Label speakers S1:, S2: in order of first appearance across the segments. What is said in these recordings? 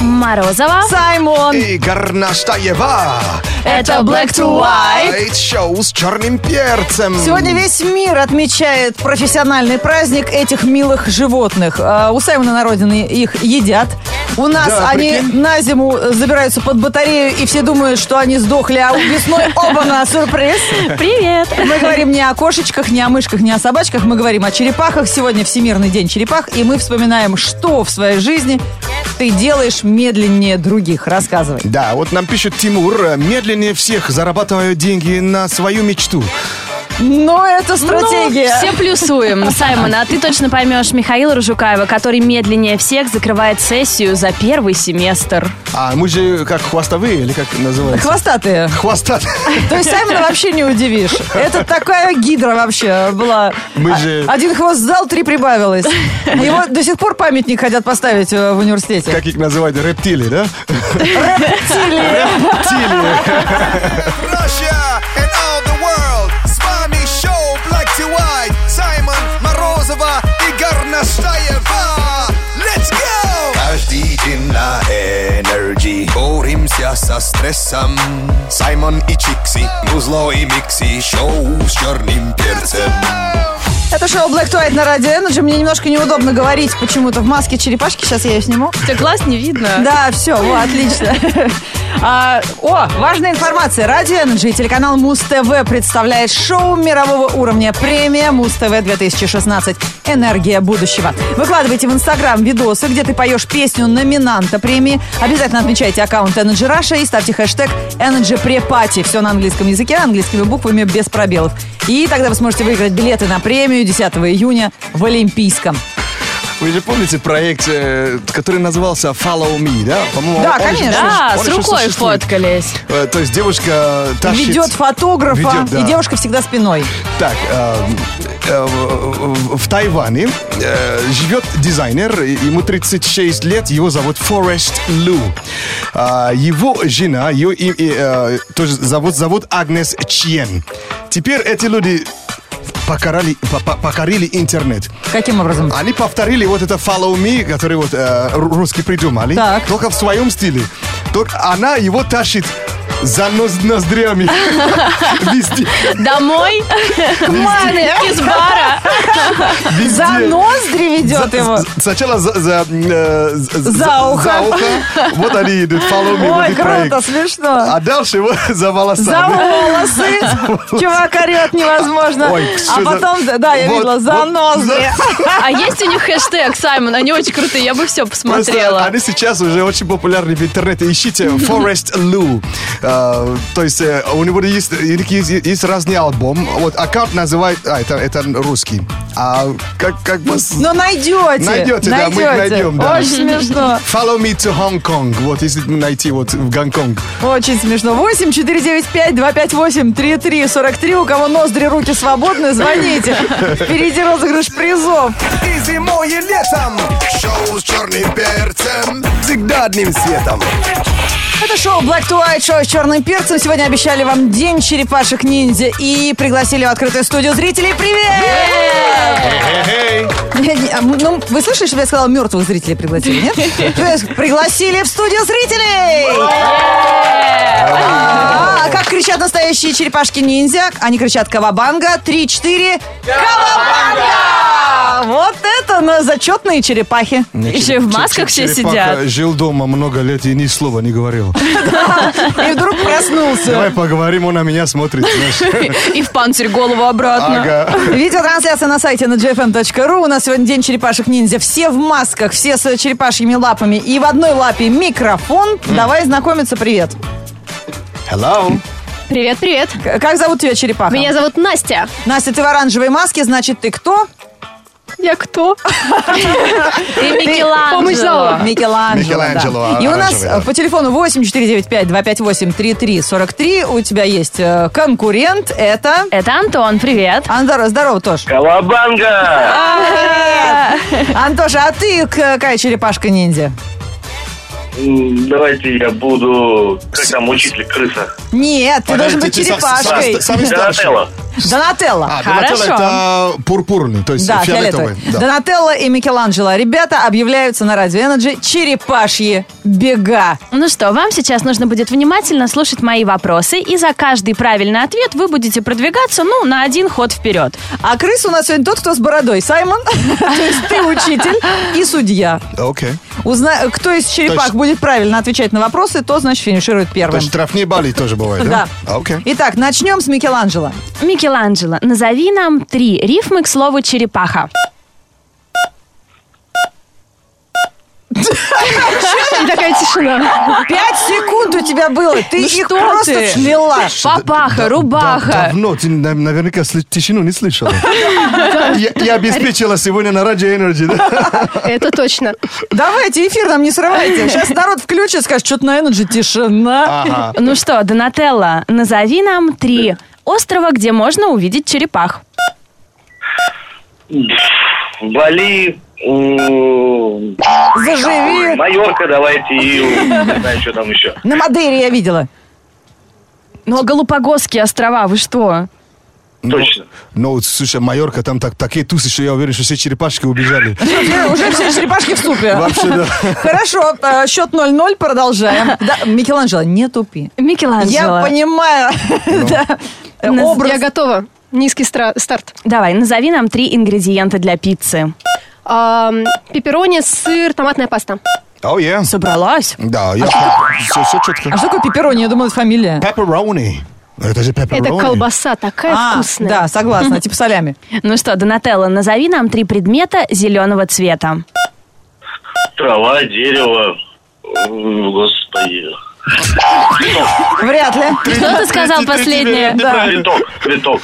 S1: Морозова.
S2: Саймон.
S3: И Горнаштаева.
S1: Это Black to White.
S3: Лайт шоу с черным перцем.
S2: Сегодня весь мир отмечает профессиональный праздник этих милых животных. А, У Саймона на родине их едят. У нас
S3: Да,
S2: они
S3: прикинь.
S2: на зиму забираются под батарею, и все думают, что они сдохли, а у весной оба-на, сюрприз.
S1: Привет.
S2: Мы говорим не о кошечках, не о мышках, не о собачках, мы говорим о черепахах. Сегодня Всемирный день черепах, и мы вспоминаем, что в своей жизни ты делаешь медленнее других. Рассказывай.
S3: Да, вот нам пишет Тимур, э, медленнее всех зарабатываю деньги на свою мечту.
S2: Но это стратегия.
S1: Ну, все плюсуем. Саймон, а ты точно поймешь Михаила Ружукаева, который медленнее всех закрывает сессию за первый семестр.
S3: А мы же как хвостовые, или как называется?
S2: Хвостатые.
S3: Хвостат.
S2: То есть Саймона вообще не удивишь. Это такая гидра вообще была.
S3: Мы же-
S2: А- Один хвост сдал, три прибавилось. Его до сих пор памятник хотят поставить э, в университете.
S3: Как их называют? Рептилии, да?
S4: Russia and all the world. С вами шоу Black to White. Саймон Морозова и Горнастаева. Let's go! Каждый день на энергии боремся со стрессом. Саймон и Чикси, Музло и Микси, шоу с черным перцем.
S2: Это шоу Black to White на Радио Energy. Мне немножко неудобно говорить почему-то в маске черепашки. Сейчас я ее сниму.
S1: Тебя глаз не видно.
S2: Да, все, о, отлично. А, о, важная информация. Радио Energy и телеканал Муз ТВ представляет шоу мирового уровня премия Муз ТВ 2016 «Энергия будущего». Выкладывайте в Инстаграм видосы, где ты поешь песню номинанта премии. Обязательно отмечайте аккаунт Energy Russia и ставьте хэштег Energy Prepati. Все на английском языке, английскими буквами, без пробелов. И тогда вы сможете выиграть билеты на премию 10 июня в Олимпийском.
S3: Вы же помните проект, э, который назывался Follow Me, да? По-моему,
S2: Да,
S3: он же
S2: конечно.
S3: су-
S1: Да,
S3: он
S1: с
S3: еще
S1: рукой
S3: существует.
S1: фоткались.
S3: Э, То есть девушка тащит...
S2: Ведет фотографа,
S3: Ведет, да.
S2: и девушка всегда спиной.
S3: Так, э, э, в в Тайване э, живет дизайнер, и- ему 36 лет, его зовут Форест Лу. А, Его жена, ее им- и, э, тоже зовут, зовут Агнес Чьен. Теперь эти люди покорали- по- по- покорили интернет.
S2: Каким образом?
S3: Они повторили вот это Follow Me, который вот э, ру- русские придумали,
S2: Так.
S3: только в своем стиле. Только она его тащит за ноз- ноздрями. Везде,
S1: Домой
S2: Маме!
S1: из бара.
S3: везде.
S2: За ноздри ведет
S3: За-
S2: его.
S3: с- Сначала за, за, э, з- з-
S2: За ухо.
S3: за Вот они идут, follow me, вот
S2: Ой,
S3: этот
S2: круто,
S3: проект.
S2: смешно.
S3: А дальше его за
S2: За
S3: волосами.
S2: волосы. Чувак орет невозможно.
S3: Ой, что
S2: А
S3: за-
S2: потом, да, да, я
S3: Вот,
S2: видела, за
S3: вот,
S2: ноздри.
S1: А есть у них хэштег, Саймон? Они очень крутые, я бы все
S3: Просто
S1: посмотрела.
S3: они сейчас уже очень популярны в интернете. Ищите Forest Lou. Э, то есть э, у него есть, у них есть, есть разный альбом. Вот аккаунт называет... А, это, это русский. А как, как вас...
S2: Но найдете.
S3: Найдете, да, мы их
S2: найдете.
S3: найдем, да.
S2: Очень смешно.
S3: Follow me to Hong Kong. Вот, если найти вот в Гонконг.
S2: Очень смешно. 8 495 258 3343. У кого ноздри, руки свободны, звоните. Впереди розыгрыш призов.
S4: И зимой, и летом. Шоу с черным перцем. Всегда одним светом.
S2: Это шоу Black to White, шоу с черным перцем. Сегодня обещали вам День черепашек ниндзя и пригласили в открытую студию зрителей. Привет! Не, не, а, м, Ну, вы слышали, что я сказала, мертвых зрителей пригласили, нет? То есть пригласили в студию зрителей! А как кричат настоящие черепашки-ниндзя? Они кричат «Кавабанга», «Три, четыре, Кавабанга!» Вот это на зачетные черепахи.
S1: Еще и в масках А все
S3: Черепаха
S1: сидят.
S3: жил дома много лет и ни слова не говорил.
S2: И вдруг
S3: Давай
S2: проснулся.
S3: поговорим, он на меня смотрит.
S1: Ну.
S3: знаешь.
S1: И в панцирь голову обратно.
S3: Ага.
S2: Видеотрансляция на сайте на gfm.ru. У нас сегодня день черепашек-ниндзя. Все в масках, все с э, черепашьими лапами. И в одной лапе микрофон. Давай знакомиться, привет.
S3: Hello.
S5: Привет, привет.
S2: К- Как зовут тебя черепаха?
S5: Меня зовут Настя.
S2: Настя, ты в оранжевой маске, значит, ты кто?
S5: Я кто?
S1: Ты Микеланджело.
S5: Помышляла.
S2: Микеланджело.
S3: Микеланджело, а,
S2: да. И у нас
S3: оранжевый, да.
S2: э, по телефону 8495-258-3343 у тебя есть э, конкурент. Это...
S1: Это Антон, привет.
S2: Андор, здорово, Тош.
S6: Колобанга!
S2: Антоша, а ты какая черепашка-ниндзя?
S6: М, Давайте я буду... Как там, учитель крыса?
S2: Нет, ты должен быть
S3: Подождите, со- со-
S2: черепашкой.
S3: со- Самый старший.
S6: Донателло.
S2: Донателло.
S3: А, Донателло
S1: Хорошо.
S3: это пурпурный, то есть
S2: Да,
S3: фиолетовый.
S2: фиолетовый.
S3: да.
S2: Донателло и Микеланджело. Ребята объявляются на радио Energy черепашьи бега.
S1: Ну что, вам сейчас нужно будет внимательно слушать мои вопросы, и за каждый правильный ответ вы будете продвигаться, ну, на один ход вперед.
S2: А крыс у нас сегодня тот, кто с бородой. Саймон, то есть ты учитель и судья.
S3: Окей.
S2: Узна- Кто из
S3: То
S2: черепах
S3: есть-
S2: будет правильно отвечать на вопросы, то, значит, финиширует
S3: То
S2: первым.
S3: есть штрафные баллы тоже бывают,
S2: Да.
S3: да? А, Окей.
S2: Итак, начнем с Микеланджело.
S1: Микеланджело, назови нам три рифмы к слову черепаха.
S5: И такая тишина.
S2: Пять секунд у тебя было, ты их
S1: Ну что
S2: просто
S1: ты?
S2: шмела.
S1: Папаха,
S3: Да-
S1: рубаха.
S3: давно ты на- наверняка сли- тишину не слышала. Я я обеспечила сегодня на радио Energy. да?
S5: Это точно.
S2: Давайте, эфир нам не срывайте. Сейчас народ включит, скажет, что-то на Energy тишина.
S3: Ага.
S1: Ну что, Донателло, назови нам три острова, где можно увидеть черепах.
S6: Бали, м,
S2: Заживи.
S6: Майорка давайте и м, не знаю, что там еще.
S2: На Мадейре я видела.
S1: Ну, а Галапагосские острова, вы что?
S3: Ну,
S6: Точно.
S3: Ну, вот, слушай, Майорка, там так, такие тусы, что я уверен, что все черепашки убежали.
S2: Уже уже все черепашки в супе.
S3: Вообще, да.
S2: Хорошо, э, счет 0-0, продолжаем. Да, Микеланджело, не тупи.
S1: Микеланджело.
S2: Я понимаю.
S3: Ну.
S2: да, э,
S5: Я
S2: Образ.
S5: готова. Низкий стра- старт.
S1: Давай, назови нам три ингредиента для пиццы.
S5: Ам, Пепперони, сыр, томатная паста.
S3: О, е.
S1: Собралась?
S3: Да, я... Все,
S2: А
S3: четко.
S2: что такое пепперони? Я думала, это фамилия.
S3: Pepperoni. А Это же pepperoni.
S5: Это колбаса такая
S2: А,
S5: вкусная.
S2: Да, согласна, типа солями.
S1: Ну что, Донателло, назови нам три предмета зеленого цвета.
S6: Трава, дерево. М, Господи.
S2: Вряд ли.
S1: Что ты сказал
S3: Третий, третий,
S1: последнее?
S3: третий, третий.
S6: Цветок, цветок.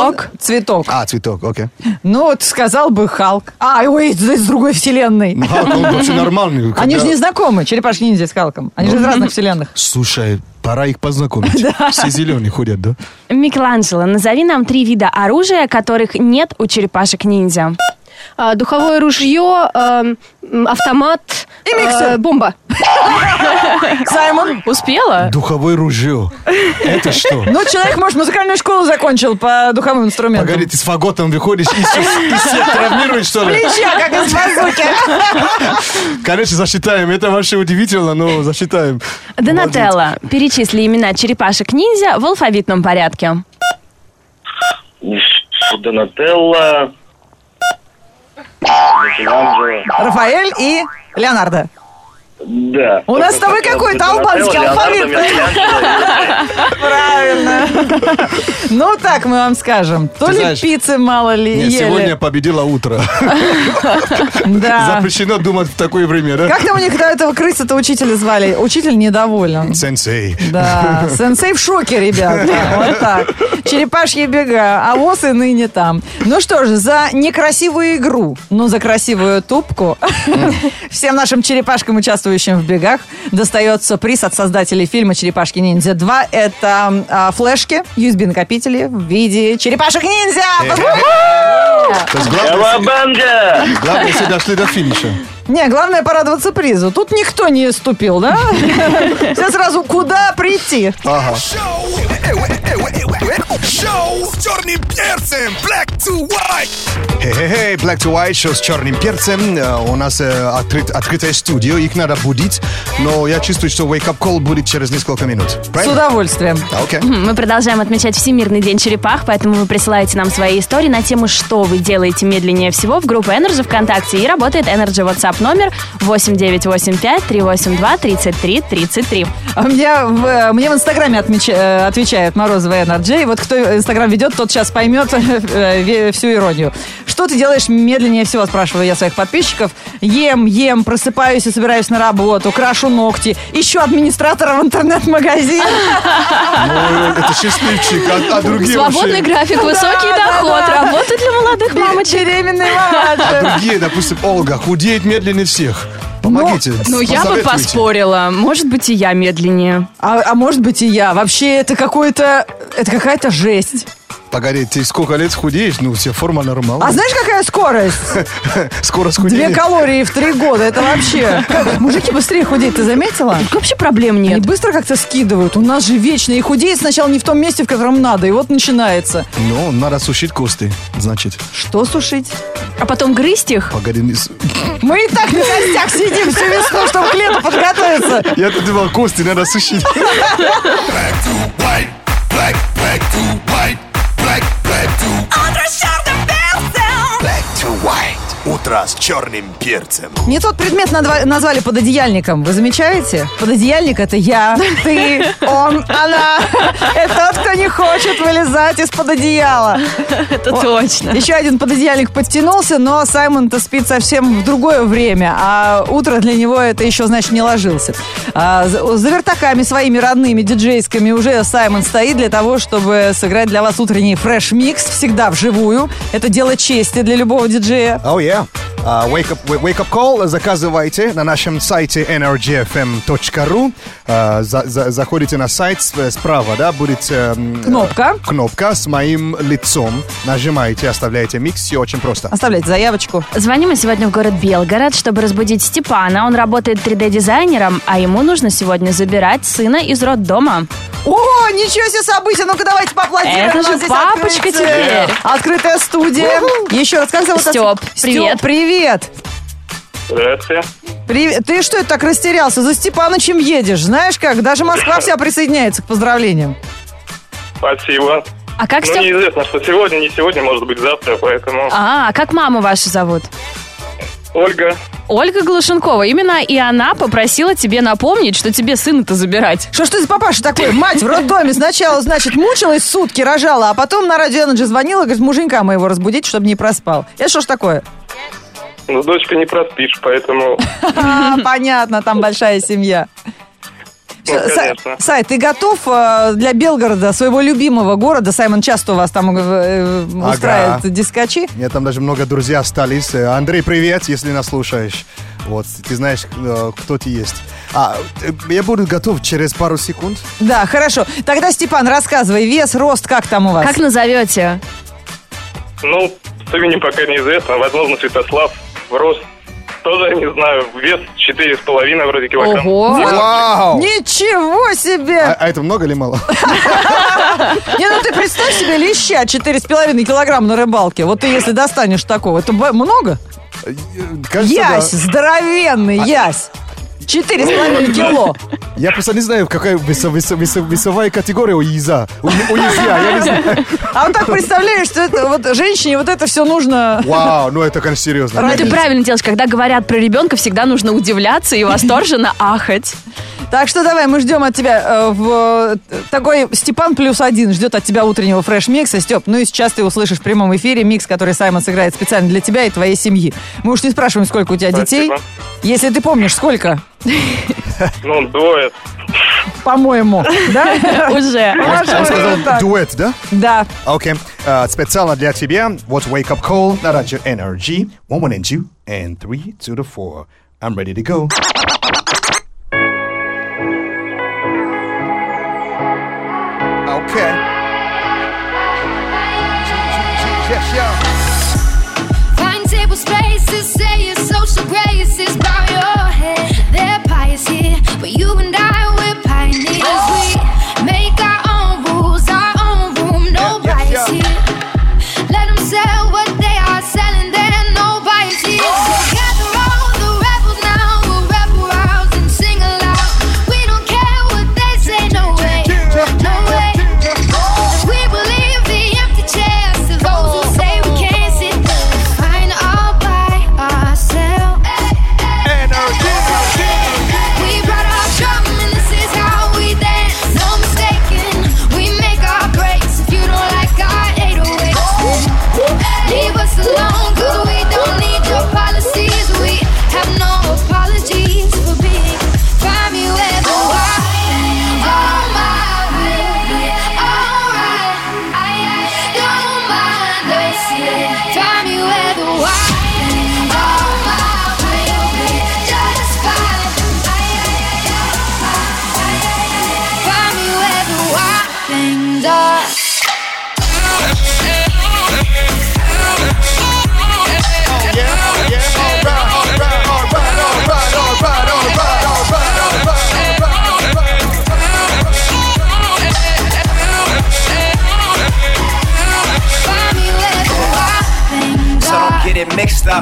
S2: Цветок? Цветок.
S3: А, цветок, окей.
S2: Ну, вот сказал бы Халк. А, ой, из из другой вселенной.
S3: Ну, Халк, он вообще нормальный.
S2: Они
S3: когда-
S2: же не знакомы, черепашки ниндзя с Халком. Они же
S3: Ну.
S2: из разных вселенных.
S3: Слушай, пора их познакомить. Все зеленые ходят, да?
S1: Микеланджело, назови нам три вида оружия, которых нет у черепашек-ниндзя.
S5: А, духовое ружье, ам, м, автомат.
S2: И миксер.
S5: а, бомба.
S2: Саймон.
S1: Успела?
S3: Духовое ружье. Это что?
S2: Ну, человек, может, музыкальную школу закончил по духовым инструментам.
S3: Погоди, ты с фаготом выходишь и все, и всех травмируешь, что ли?
S2: Плеча, как из базуки.
S3: Конечно, засчитаем. Это вообще удивительно, но засчитаем.
S1: Донателло, перечисли имена черепашек-ниндзя в алфавитном порядке.
S6: Ф- Донателло. Микеланджело.
S2: Рафаэль и Леонардо.
S6: Да.
S2: У нас с тобой какой-то албанский
S6: Донателло, а
S2: алфавит.
S6: Леонардо, Микеланджело.
S2: Правильно. Ну, так мы вам скажем. То
S3: Ты
S2: ли
S3: знаешь,
S2: пиццы мало ли
S3: Нет, сегодня
S2: ели.
S3: победило утро.
S2: Да.
S3: Запрещено думать в такое время, да?
S2: Как там у них до этого крыса-то учителя звали? Учитель недоволен.
S3: Сенсей.
S2: Да, сенсей в шоке, ребята. Вот так. Черепашьи бега, а воз и ныне там. Ну что же, за некрасивую игру, но за красивую тупку всем нашим черепашкам, участвующим в бегах, достается приз от создателей фильма «Черепашки-ниндзя 2». Это а, флешки, USB-накопители в виде черепашек-ниндзя.
S3: То есть главное,
S6: Кавабанга!
S3: главное, все дошли до финиша.
S2: Не, главное порадоваться призу. Тут никто не ступил, да? Все сразу куда прийти?
S3: Ага.
S4: Шоу! Э, э, э, э, э, э. Шоу с черным перцем! Black to white!
S3: Хе-хе-хе, Black to White, шоу с черным перцем. Э, У нас э, открыт- открытое студио, их надо будить. Но я чувствую, что Wake Up Call будет через несколько минут.
S2: С
S3: Правильно?
S2: удовольствием.
S3: А, Окей.
S1: М, Мы продолжаем отмечать Всемирный день черепах, поэтому вы присылаете нам свои истории на тему, что вы делаете медленнее всего в группу Energy ВКонтакте. И работает Energy WhatsApp номер 8985-382-3333.
S2: А Мне в, мне в Инстаграме отмеч- э, отвечает Морозова NRJ. Вот кто Инстаграм ведет, тот сейчас поймет э, ве- всю иронию. Что ты делаешь медленнее всего, спрашиваю я своих подписчиков. Ем, ем, просыпаюсь и собираюсь на работу, крашу ногти, ищу администратора в интернет-магазине.
S3: Ой, Ну, это счастливчик, а, а другие
S1: Свободный
S3: вообще...
S1: график, высокий
S2: да,
S1: доход,
S2: да.
S1: работа для молодых мамочек.
S2: Беременный мамаша.
S3: Другие, допустим, Олга, худеет медленнее всех. Помогите.
S1: Ну, я бы
S3: посоветуйте.
S1: поспорила. Может быть, и я медленнее.
S2: А, а может быть и я. Вообще это какое-то... Это какая-то жесть.
S3: Погоди, ты сколько лет худеешь? Ну, у тебя форма нормальная.
S2: А знаешь, какая скорость?
S3: Скорость
S2: Две
S3: худения.
S2: калории в три года. Это вообще... Как Мужики быстрее худеют, ты заметила?
S1: Вообще проблем
S2: Они
S1: нет.
S2: быстро как-то скидывают. У нас же вечно и худеет сначала не в том месте, в котором надо. И вот начинается.
S3: Ну, надо сушить кости, значит.
S2: Что сушить?
S1: А потом грызть их?
S3: Погоди, не с-
S2: Мы и так на костях сидим всю весну, чтобы к лету подготовиться.
S3: я тут думал, кости надо сушить.
S4: Black to white, black, black to white, black, black to Black to white. Утро с черным перцем.
S2: Не тот предмет надва- назвали пододеяльником. Вы замечаете? Пододеяльник это я, ты, он, она. Это тот, кто не хочет вылезать из-под одеяла.
S1: Это точно.
S2: Еще один пододеяльник подтянулся, но Саймон-то спит совсем в другое время, а утро для него это еще, значит, не ложился. А, за за вертаками своими родными, диджейскими уже Саймон стоит для того, чтобы сыграть для вас утренний фреш-микс всегда вживую. Это дело чести для любого диджея.
S3: Oh, yeah. А, wake, up, wake up call заказывайте на нашем сайте energyfm.ru. А, за- за- заходите на сайт с- справа, да, будет эм,
S2: Кнопка.
S3: э, кнопка с моим лицом. Нажимаете, оставляете микс, все очень просто.
S2: Оставляйте заявочку.
S1: Звоним мы сегодня в город Белгород, чтобы разбудить Степана. Он работает 3D-дизайнером, а ему нужно сегодня забирать сына из роддома.
S2: О, ничего себе событие! Ну-ка давайте поаплодируем.
S1: Это
S2: У нас
S1: же
S2: здесь
S1: папочка
S2: открытие.
S1: теперь.
S2: Открытая студия. Еще раз, как зовут?
S1: Стёп, привет.
S2: Стёп, привет.
S6: Здравствуйте.
S2: Привет. Ты что это так растерялся? За Степанычем едешь, знаешь как? Даже Москва вся присоединяется к поздравлениям.
S6: Спасибо.
S1: А как
S6: Ну,
S1: Степ-
S6: неизвестно, что сегодня, не сегодня, может быть, завтра, поэтому...
S1: А, а как маму вашу зовут?
S6: Ольга,
S1: Ольга Глушенкова. Именно и она попросила тебе напомнить, что тебе сына-то забирать.
S2: Что ж ты за папаша такой? Мать в роддоме сначала, значит, мучилась сутки, рожала, а потом на радио Energy звонила, говорит, муженька моего разбудить, чтобы не проспал. Это что ж такое?
S6: ну, дочка не проспишь, поэтому...
S2: А, понятно, там большая семья.
S6: Ну,
S2: Всё, Са-
S6: конечно.
S2: Сай, ты готов э, для Белгорода, своего любимого города? Саймон часто у вас там э, э, устраивает
S3: Ага.
S2: дискочи.
S3: У меня там даже много друзей остались. Э, Андрей, привет, если нас слушаешь. Вот, ты знаешь, э, кто ты есть. А, э, я буду готов через пару секунд.
S2: Да, хорошо. Тогда, Степан, рассказывай, вес, рост, как там у вас?
S1: Как назовете?
S6: Ну, с именем пока неизвестно. Возможно, Святослав, рост тоже не знаю. Вес 4,5 вроде килограмм.
S1: Ого!
S3: Вау!
S2: Ничего
S3: А,
S2: себе!
S3: а это много или мало? А
S2: Не, ну ты представь себе леща 4,5 килограмма на рыбалке. Вот ты если достанешь такого, это б- много?
S3: Э, кажется, да. А
S2: Ясь, здоровенный ясь. 4,5 кило.
S3: Я просто не знаю, какая весо- весо- весо- весовая категория у яза. У, у язя, я не знаю.
S2: А вот так представляешь, что это, вот женщине вот это все нужно...
S3: Вау, ну это, конечно, серьезно.
S1: Ну, ты правильно делаешь, когда говорят про ребенка, всегда нужно удивляться и восторженно ахать.
S2: Так что давай, мы ждем от тебя э, в э, такой Степан плюс один ждет от тебя утреннего фреш-микса. Степ, ну и сейчас ты услышишь в прямом эфире микс, который Саймон сыграет специально для тебя и твоей семьи. Мы уж не спрашиваем, сколько у тебя детей.
S6: Спасибо.
S2: Если ты помнишь, сколько,
S6: Ну, двое.
S2: по-моему, да?
S1: Уже.
S3: Он сказал
S2: Вот так.
S3: дуэт, да?
S2: Да.
S3: Окей. А, Специально для тебя. Вот Wake Up Call на радио Energy. One, one, and two, and three, two, the four. I'm ready to go. Okay. Yes, yeah.
S7: Find table spaces, say your social graces, bow your head. They're pious here, but you and I, we're pioneers. We make our own rules, our own room, no
S3: Yeah, yeah,
S7: bias here. Let them sell what they are selling, then no bias here.
S3: Oh.
S7: So gather all the rebels now, we'll rebel rouse and sing aloud. We don't care what they say, no way, no way. We believe the empty chairs of those who say we can't sit. Fine all by ourselves. We brought our drum and this is how we dance. No mistaking, we make our breaks. If you don't like our 808s, leave us alone, cause we don't need your policies. We have no apologies for being fine. You ever are. All my alright. Don't mind us. Time you ever why. All my just fine. Find me where the wild things are.
S4: Black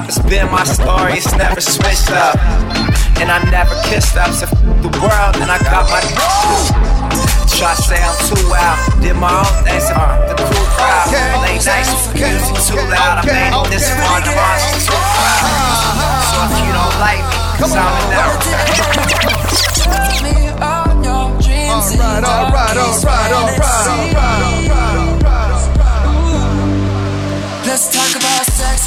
S8: It's been my story, it's never switched up. And I never kissed up, so f- the world, and I got my. Try to say I'm too out. Did my own thing, so f- the cool crowd. Late nights, music too loud. I made this one, the monster's too proud. So if you don't like me, cause I'm an error. Alright, alright, alright, alright, alright.
S9: Let's talk about sex,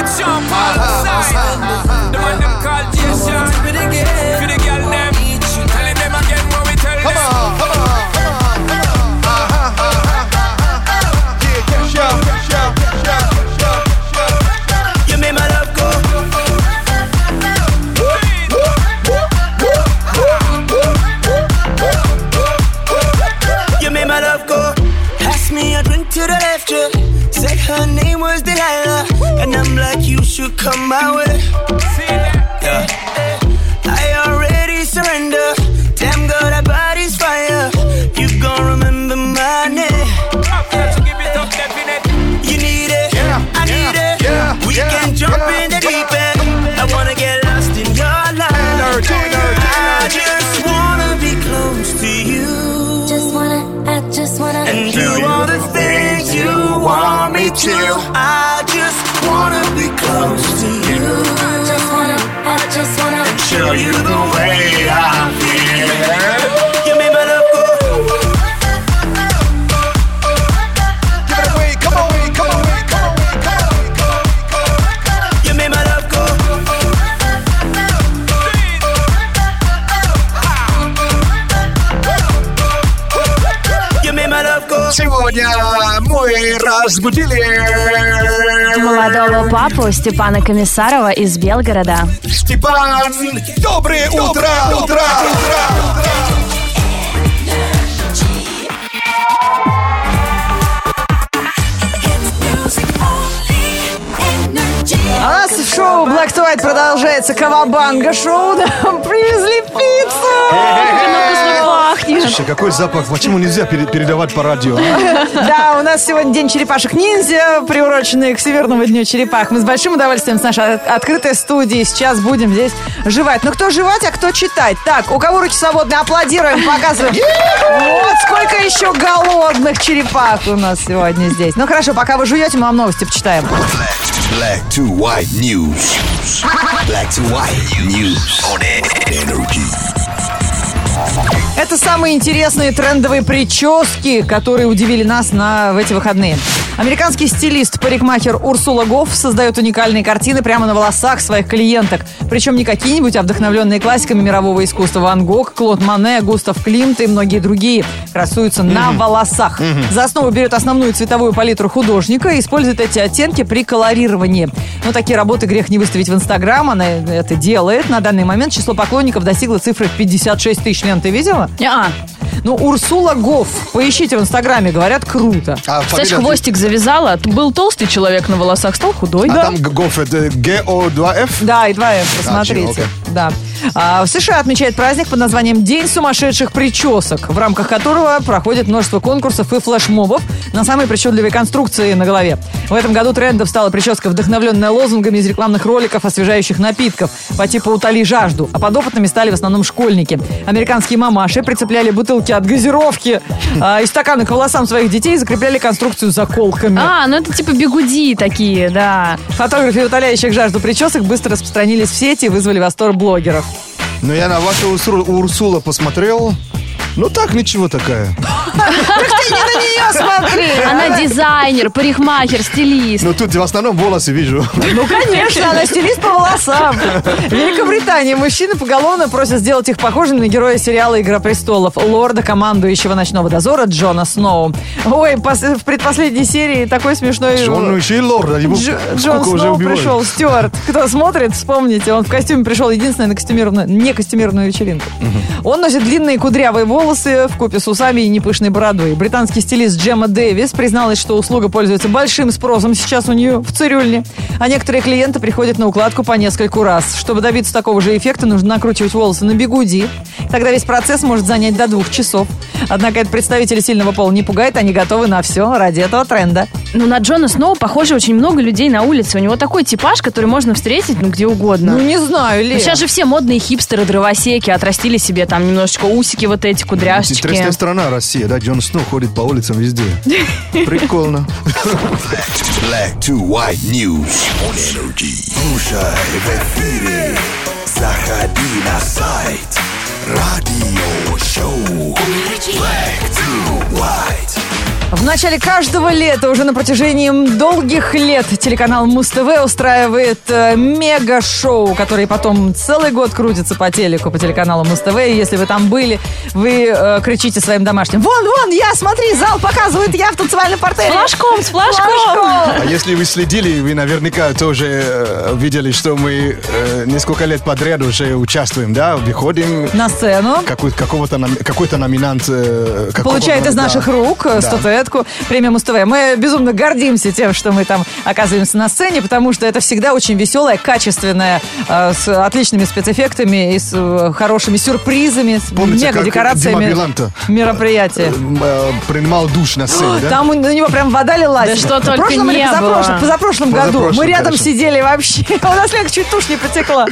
S4: It's Sean Paul outside. The man them call Jason. For the girl, for the girl them. Telling them again what we tell them. You made my love go. You made my love go. Pass me a drink to the left, yeah. Said her name was Delilah, and I'm like, you should come my way. Yeah. I already surrender. Damn girl, that body's fire. You gon' remember my name. You need it, I need it. we can jump in the deep end. I wanna get lost in your life. I just wanna be close to you.
S10: Just wanna, I just wanna.
S4: And do all the things you want me to. I just wanna be close to you.
S10: just wanna, I just wanna.
S4: Show you the way I feel. You made my love go. You made my love go. You made my love go.
S8: Сегодня мы разбудили
S1: Молодого папу Степана Комиссарова из Белгорода.
S8: Степан. Доброе утро, утро, утро, утро.
S2: А у нас в шоу Black to White продолжается Кавабанга шоу. Нам привезли пиццу.
S3: Слушай, какой запах, почему нельзя пере- передавать по радио? а?
S2: Да, у нас сегодня день черепашек ниндзя, приуроченный к Северному дню черепах. Мы с большим удовольствием с нашей от- открытой студии сейчас будем здесь жевать. Но кто жевать, а кто читать? Так, у кого руки свободны, аплодируем, показываем. Вот сколько еще голодных черепах у нас сегодня здесь. Ну хорошо, пока вы жуете, мы вам новости почитаем.
S8: Black to white news. Black to white news on energy.
S2: Это самые интересные трендовые прически, которые удивили нас на, в эти выходные. Американский стилист-парикмахер Урсула Гофф создает уникальные картины прямо на волосах своих клиенток. Причем не какие-нибудь, а вдохновленные классиками мирового искусства. Ван Гог, Клод Мане, Густав Климт и многие другие красуются на волосах. За основу берет основную цветовую палитру художника и использует эти оттенки при колорировании. Но такие работы грех не выставить в Инстаграм. Она это делает. На данный момент число поклонников достигло цифры 56 тысяч. Лен, ты видела?
S1: А,
S2: Ну, Урсула Гофф. Поищите в Инстаграме, говорят, круто.
S3: А
S1: Представляешь,
S3: фамилия-
S1: хвостик завязала. Т- Был толстый человек на волосах, стал худой.
S3: А там Гоф, это Г-О-2-Ф?
S2: Да, и два F,
S3: чё,
S2: посмотрите.
S3: окей.
S2: да. А, в США отмечает праздник под названием День сумасшедших причесок, в рамках которого проходит множество конкурсов и флешмобов на самые причудливые конструкции на голове. В этом году трендом стала прическа, вдохновленная лозунгами из рекламных роликов освежающих напитков по типу «Утоли жажду», а подопытными стали в основном школьники. Американские мамаши прицепляли бутылки от газировки а, и стаканы к волосам своих детей и закрепляли конструкцию заколками.
S1: А, ну это типа бегуди такие, да.
S2: Фотографии утоляющих жажду причесок быстро распространились в сети и вызвали восторг блогеров.
S3: Но я на вашу Урсу- Урсула посмотрел. Ну так, ничего такая.
S2: Ты не на нее смотри!
S1: Она Дизайнер, парикмахер, стилист.
S3: Но Ну тут в основном волосы вижу.
S2: Ну, конечно, она стилист по волосам. В Великобритании мужчины поголовно просят сделать их похожими на героя сериала «Игра престолов» лорда командующего ночного дозора Джона Сноу. Ой, пос- в предпоследней серии такой смешной...
S3: Он еще и лорд, а его
S2: Дж- Джон
S3: сколько уже
S2: Сноу
S3: убивают.
S2: пришел, Стюарт. Кто смотрит, вспомните, он в костюме пришел единственное на костюмированную, не костюмированную вечеринку. Он носит длинные кудрявые волосы в купе с усами и непышной бородой. Британский стилист Джема Дэвис призналась, что услуга пользуется большим спросом сейчас у нее в цирюльне, а некоторые клиенты приходят на укладку по нескольку раз. Чтобы добиться такого же эффекта, нужно накручивать волосы на бигуди. Тогда весь процесс может занять до двух часов. Однако это представители сильного пола не пугает, они готовы на все ради этого тренда.
S1: Ну, на Джона Сноу похоже очень много людей на улице. У него такой типаж, который можно встретить, ну, где угодно.
S2: Ну, не знаю, ли.
S1: Ну, сейчас же все модные хипстеры, дровосеки, отрастили себе там немножечко усики вот эти,
S3: Интересная
S1: кудряшечки.
S3: страна Россия, да? Джон Сноу ходит по улицам везде. Прикольно.
S4: Black to white news on energy. Слушай в эфире. Заходи на сайт. Радио шоу. Black to white.
S2: В начале каждого лета, уже на протяжении долгих лет, телеканал Муз-ТВ устраивает э, мега-шоу, которое потом целый год крутится по телеку, по телеканалу Муз-ТВ. И Если вы там были, вы э, кричите своим домашним «Вон, вон, я, смотри, зал показывает, я в танцевальном портере!»
S1: Флажком, с флажком.
S3: А если вы следили, вы наверняка тоже э, видели, что мы э, несколько лет подряд уже участвуем, да? Выходим,
S2: На сцену.
S3: какой, какого-то, нам- какой-то номинант... э, какого-
S2: Получает из
S3: да.
S2: наших рук э,
S3: Да.
S2: статуэтку премия Муз-ТВ. Мы безумно гордимся тем, что мы там оказываемся на сцене, потому что это всегда очень веселое, качественное, э, с отличными спецэффектами и с э, хорошими сюрпризами, с
S3: Помните, как Дима
S2: мега-декорациями
S3: Билан-то?
S2: мероприятие.
S3: М, э, Принимал душ на сцене, да?
S2: Там у на него прям вода лилась.
S1: Да что
S2: В
S1: только
S2: прошлом или
S1: не
S2: позапрошлом,
S1: было.
S2: позапрошлом году. Мы
S3: Позапрошлом,
S2: рядом
S3: конечно.
S2: сидели вообще. У нас Лена чуть тушь не протекла.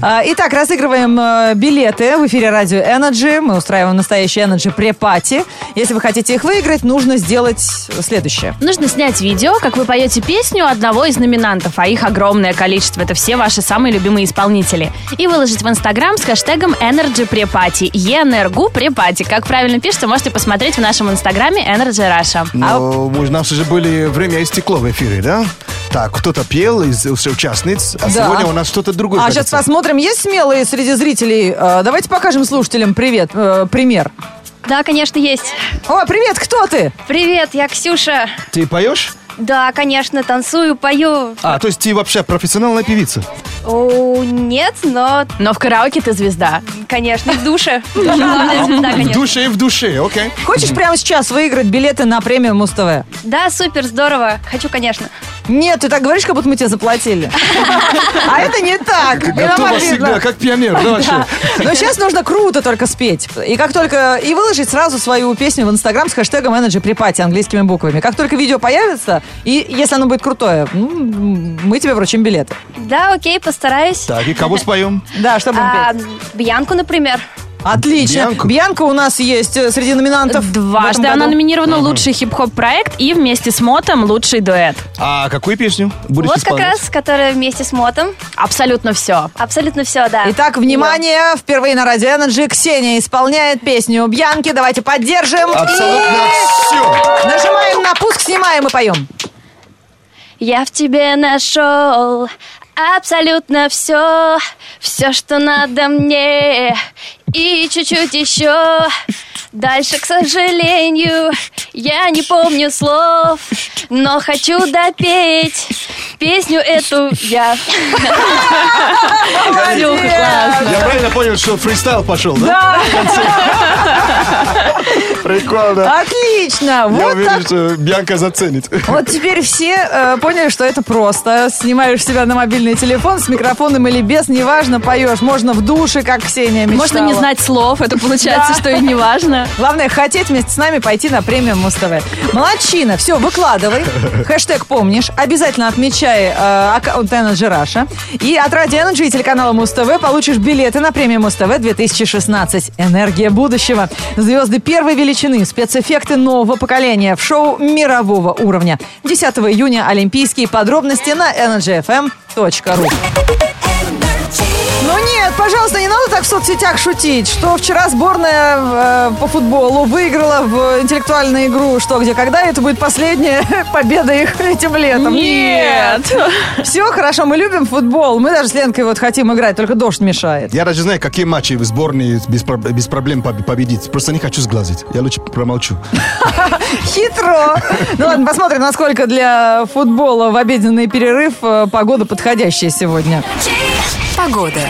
S2: А, Итак, разыгрываем э, билеты в эфире радио Energy. Мы устраиваем настоящий Energy препати. Если вы хотите их выиграть, нужно сделать следующее.
S1: Нужно снять видео, как вы поете песню одного из номинантов, а их огромное количество. Это все ваши самые любимые исполнители. И выложить в Инстаграм с хэштегом Energy Prepati. Енергу Препати. Как правильно пишется, можете посмотреть в нашем Инстаграме А, Energy Russia.
S2: Ну. а
S3: Но мы, у нас уже были время и стекло в эфире, да? Так, кто-то пел из участниц, а сегодня у нас что-то другое.
S2: А сейчас
S3: кажется.
S2: посмотрим, есть смелые среди зрителей. Э, Давайте покажем слушателям привет, э, пример.
S9: Да, конечно, есть.
S2: О, привет, кто ты?
S9: Привет, я Ксюша.
S3: Ты поешь?
S9: Да, конечно, танцую, пою.
S3: А, то есть ты вообще профессиональная певица?
S9: О, нет, но,
S1: Но в караоке ты звезда.
S9: конечно, в душе. В душе главная звезда,
S3: В
S9: конечно.
S3: душе и в душе, окей.
S2: Хочешь прямо сейчас выиграть билеты на премию Муз-ТВ?
S9: Да, супер, здорово. Хочу, конечно.
S2: Нет, ты так говоришь, как будто мы тебе заплатили. А это не так. И нам
S3: Готова
S2: обидно.
S3: всегда, как пионер, да, вообще.
S2: Но сейчас нужно круто только спеть. И как только... И выложить сразу свою песню в Инстаграм с хэштегом Energy Припати английскими буквами. Как только видео появится, и если оно будет крутое, ну, мы тебе вручим билеты.
S9: Да, окей, постараюсь.
S3: Так, и кого споем?
S2: Да, чтобы
S9: А, Бьянку, например.
S2: Отлично.
S3: Бьянку?
S2: Бьянка у нас есть э, среди номинантов. в этом
S1: Дважды она
S2: году.
S1: номинирована лучший хип-хоп проект и вместе с Мотом лучший дуэт.
S3: А какую песню будешь
S9: вот как раз, которая вместе с Мотом.
S1: Абсолютно все.
S9: Абсолютно все, да.
S2: Итак, внимание, впервые на Радио Energy Ксения исполняет песню Бьянки. Давайте поддержим.
S3: Абсолютно все.
S2: И нажимаем на пуск, снимаем и поем.
S9: Я в тебе нашел абсолютно все, все, что надо мне, и чуть-чуть еще. Дальше, к сожалению, я не помню слов, но хочу допеть песню эту я.
S3: Я правильно понял, что фристайл пошел, да? Прикольно.
S2: Отлично!
S3: Я
S2: Вот
S3: уверен, что Бьянка заценит.
S2: Вот теперь все э, поняли, что это просто. Снимаешь себя на мобильный телефон с микрофоном или без, неважно, поешь. Можно в душе, как Ксения мечтала.
S1: Можно не знать слов, это получается, что и не важно.
S2: Главное, хотеть вместе с нами пойти на премию Муз-ТВ. Молодчина, все, выкладывай. Хэштег помнишь. Обязательно отмечай э, аккаунт Energy Russia. И от Радио Energy и телеканала Муз-ТВ получишь билеты на премию Муз-ТВ 2016. Энергия будущего. Звезды первой величины, спецэффекты нового поколения в шоу мирового уровня. 10 июня Олимпийские подробности на energyfm.ru.
S7: Energy.
S2: Ну нет, пожалуйста, не надо так в соцсетях шутить, что вчера сборная э, по футболу выиграла в интеллектуальную игру «Что, где, когда», и это будет последняя победа их этим летом.
S1: Нет.
S2: Все хорошо, мы любим футбол, мы даже с Ленкой вот хотим играть, только дождь мешает.
S3: Я даже знаю, какие матчи в сборной без, про- без проблем поб- победить. Просто не хочу сглазить. Я лучше промолчу.
S2: Хитро. Ну ладно, посмотрим, насколько для футбола в обеденный перерыв э, погода подходящая сегодня.
S11: Погода.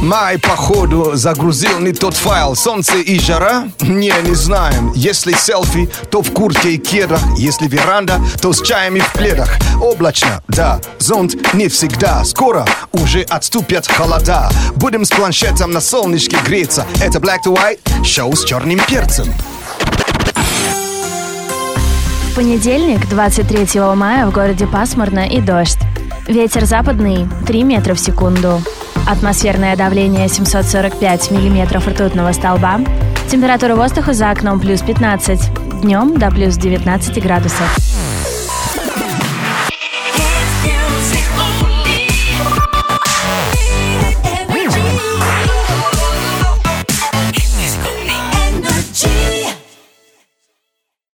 S3: Май, походу, загрузил не тот файл. Солнце и жара? Не, не знаем. Если селфи, то в куртке и кедах. Если веранда, то с чаями в пледах. Облачно, да, зонт не всегда. Скоро уже отступят холода. Будем с планшетом на солнышке греться. Это Black to White, шоу с черным перцем.
S1: В понедельник, 23 мая, в городе пасмурно и дождь. Ветер западный 3 метра в секунду. Атмосферное давление 745 миллиметров ртутного столба. Температура воздуха за окном плюс 15. Днем до плюс 19 градусов.